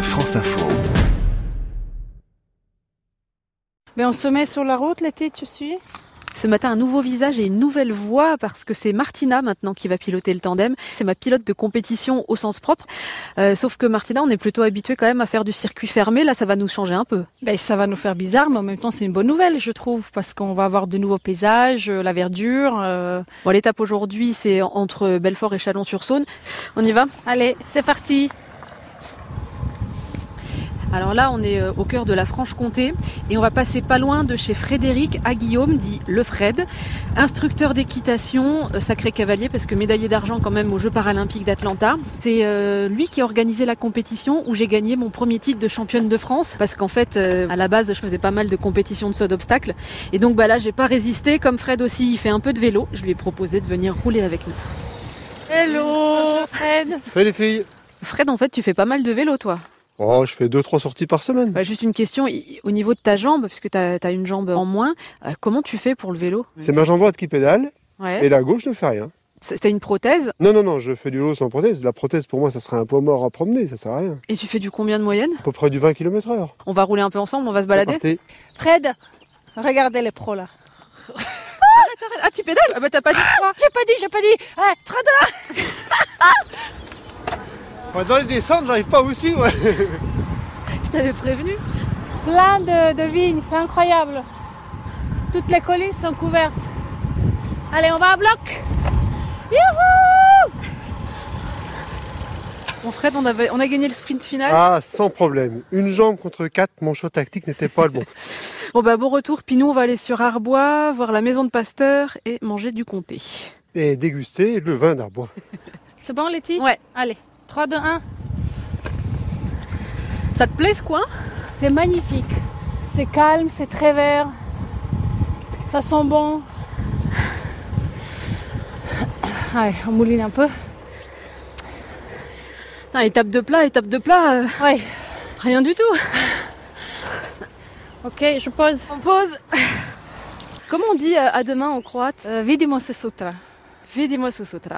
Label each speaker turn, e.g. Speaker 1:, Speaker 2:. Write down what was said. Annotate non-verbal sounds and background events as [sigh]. Speaker 1: France Info.
Speaker 2: Mais Ben, on se met sur la route l'été, tu suis
Speaker 3: Ce matin, un nouveau visage et une nouvelle voix parce que c'est Martina maintenant qui va piloter le tandem. C'est ma pilote de compétition au sens propre. Euh, sauf que Martina, on est plutôt habitué quand même à faire du circuit fermé. Là, ça va nous changer un peu.
Speaker 2: ben, Ça va nous faire bizarre, mais en même temps, c'est une bonne nouvelle, je trouve, parce qu'on va avoir de nouveaux paysages, euh, la verdure. euh.
Speaker 3: Bon, l'étape aujourd'hui, c'est entre Belfort et Chalon-sur-Saône. On y va
Speaker 2: Allez, c'est parti
Speaker 3: Alors là, on est euh, au cœur de la Franche-Comté et on va passer pas loin de chez Frédéric à Guillaume, dit Le Fred, instructeur d'équitation, euh, sacré cavalier parce que médaillé d'argent quand même aux Jeux paralympiques d'Atlanta. C'est euh, lui qui a organisé la compétition où j'ai gagné mon premier titre de championne de France parce qu'en fait, euh, à la base, je faisais pas mal de compétitions de saut d'obstacle et donc bah là, j'ai pas résisté. Comme Fred aussi, il fait un peu de vélo, je lui ai proposé de venir rouler avec nous.
Speaker 2: Hello Fred
Speaker 4: Salut les filles
Speaker 3: Fred, en fait, tu fais pas mal de vélo, toi.
Speaker 4: Oh, je fais deux trois sorties par semaine.
Speaker 3: Bah, juste une question, i- au niveau de ta jambe, puisque tu as, une jambe en moins, euh, comment tu fais pour le vélo
Speaker 4: C'est ma jambe droite qui pédale
Speaker 3: Ouais.
Speaker 4: et la gauche ne fait rien.
Speaker 3: C'est t'as une prothèse
Speaker 4: Non, non, non, je fais du vélo sans prothèse. La prothèse, pour moi, ça serait un poids mort à promener, ça sert à rien.
Speaker 3: et tu fais du combien de moyenne
Speaker 4: À peu près du 20 km heure.
Speaker 3: On va rouler un peu ensemble, on va se balader.
Speaker 4: C'est parti.
Speaker 5: Fred, regardez les pros là.
Speaker 3: Ah, tu pédales Ah bah t'as pas dit quoi
Speaker 5: J'ai pas dit, j'ai pas dit.
Speaker 2: ah,
Speaker 5: Eh, Fred,
Speaker 4: Ouais, Dans les descentes, j'arrive pas à vous suivre. ouais.
Speaker 3: Je t'avais prévenu.
Speaker 5: plein de, de vignes, c'est incroyable. Toutes les collines sont couvertes. Allez, on va à bloc.
Speaker 3: Bon Fred, on, avait, on a gagné le sprint final.
Speaker 4: [laughs] Ah, sans problème. Une jambe contre quatre, mon choix tactique n'était pas le bon.
Speaker 3: Bon bah bon retour, puis nous on va aller sur Arbois, voir la maison de Pasteur et manger du comté.
Speaker 4: Et déguster le vin d'arbois.
Speaker 2: C'est bon Letty
Speaker 3: Ouais.
Speaker 2: Allez, 3, 2, 1.
Speaker 3: Ça te plaît ce coin
Speaker 5: C'est magnifique. C'est calme, c'est très vert. Ça sent bon. Allez, on mouline un peu.
Speaker 3: Putain, étape de plat, étape de plat, euh,
Speaker 5: Ouais.
Speaker 3: rien du tout.
Speaker 2: Ok, je pose.
Speaker 3: On pause. Comment on dit euh, à demain en croate
Speaker 2: Euh, Vidimo se sutra.
Speaker 3: Vidimo sutra.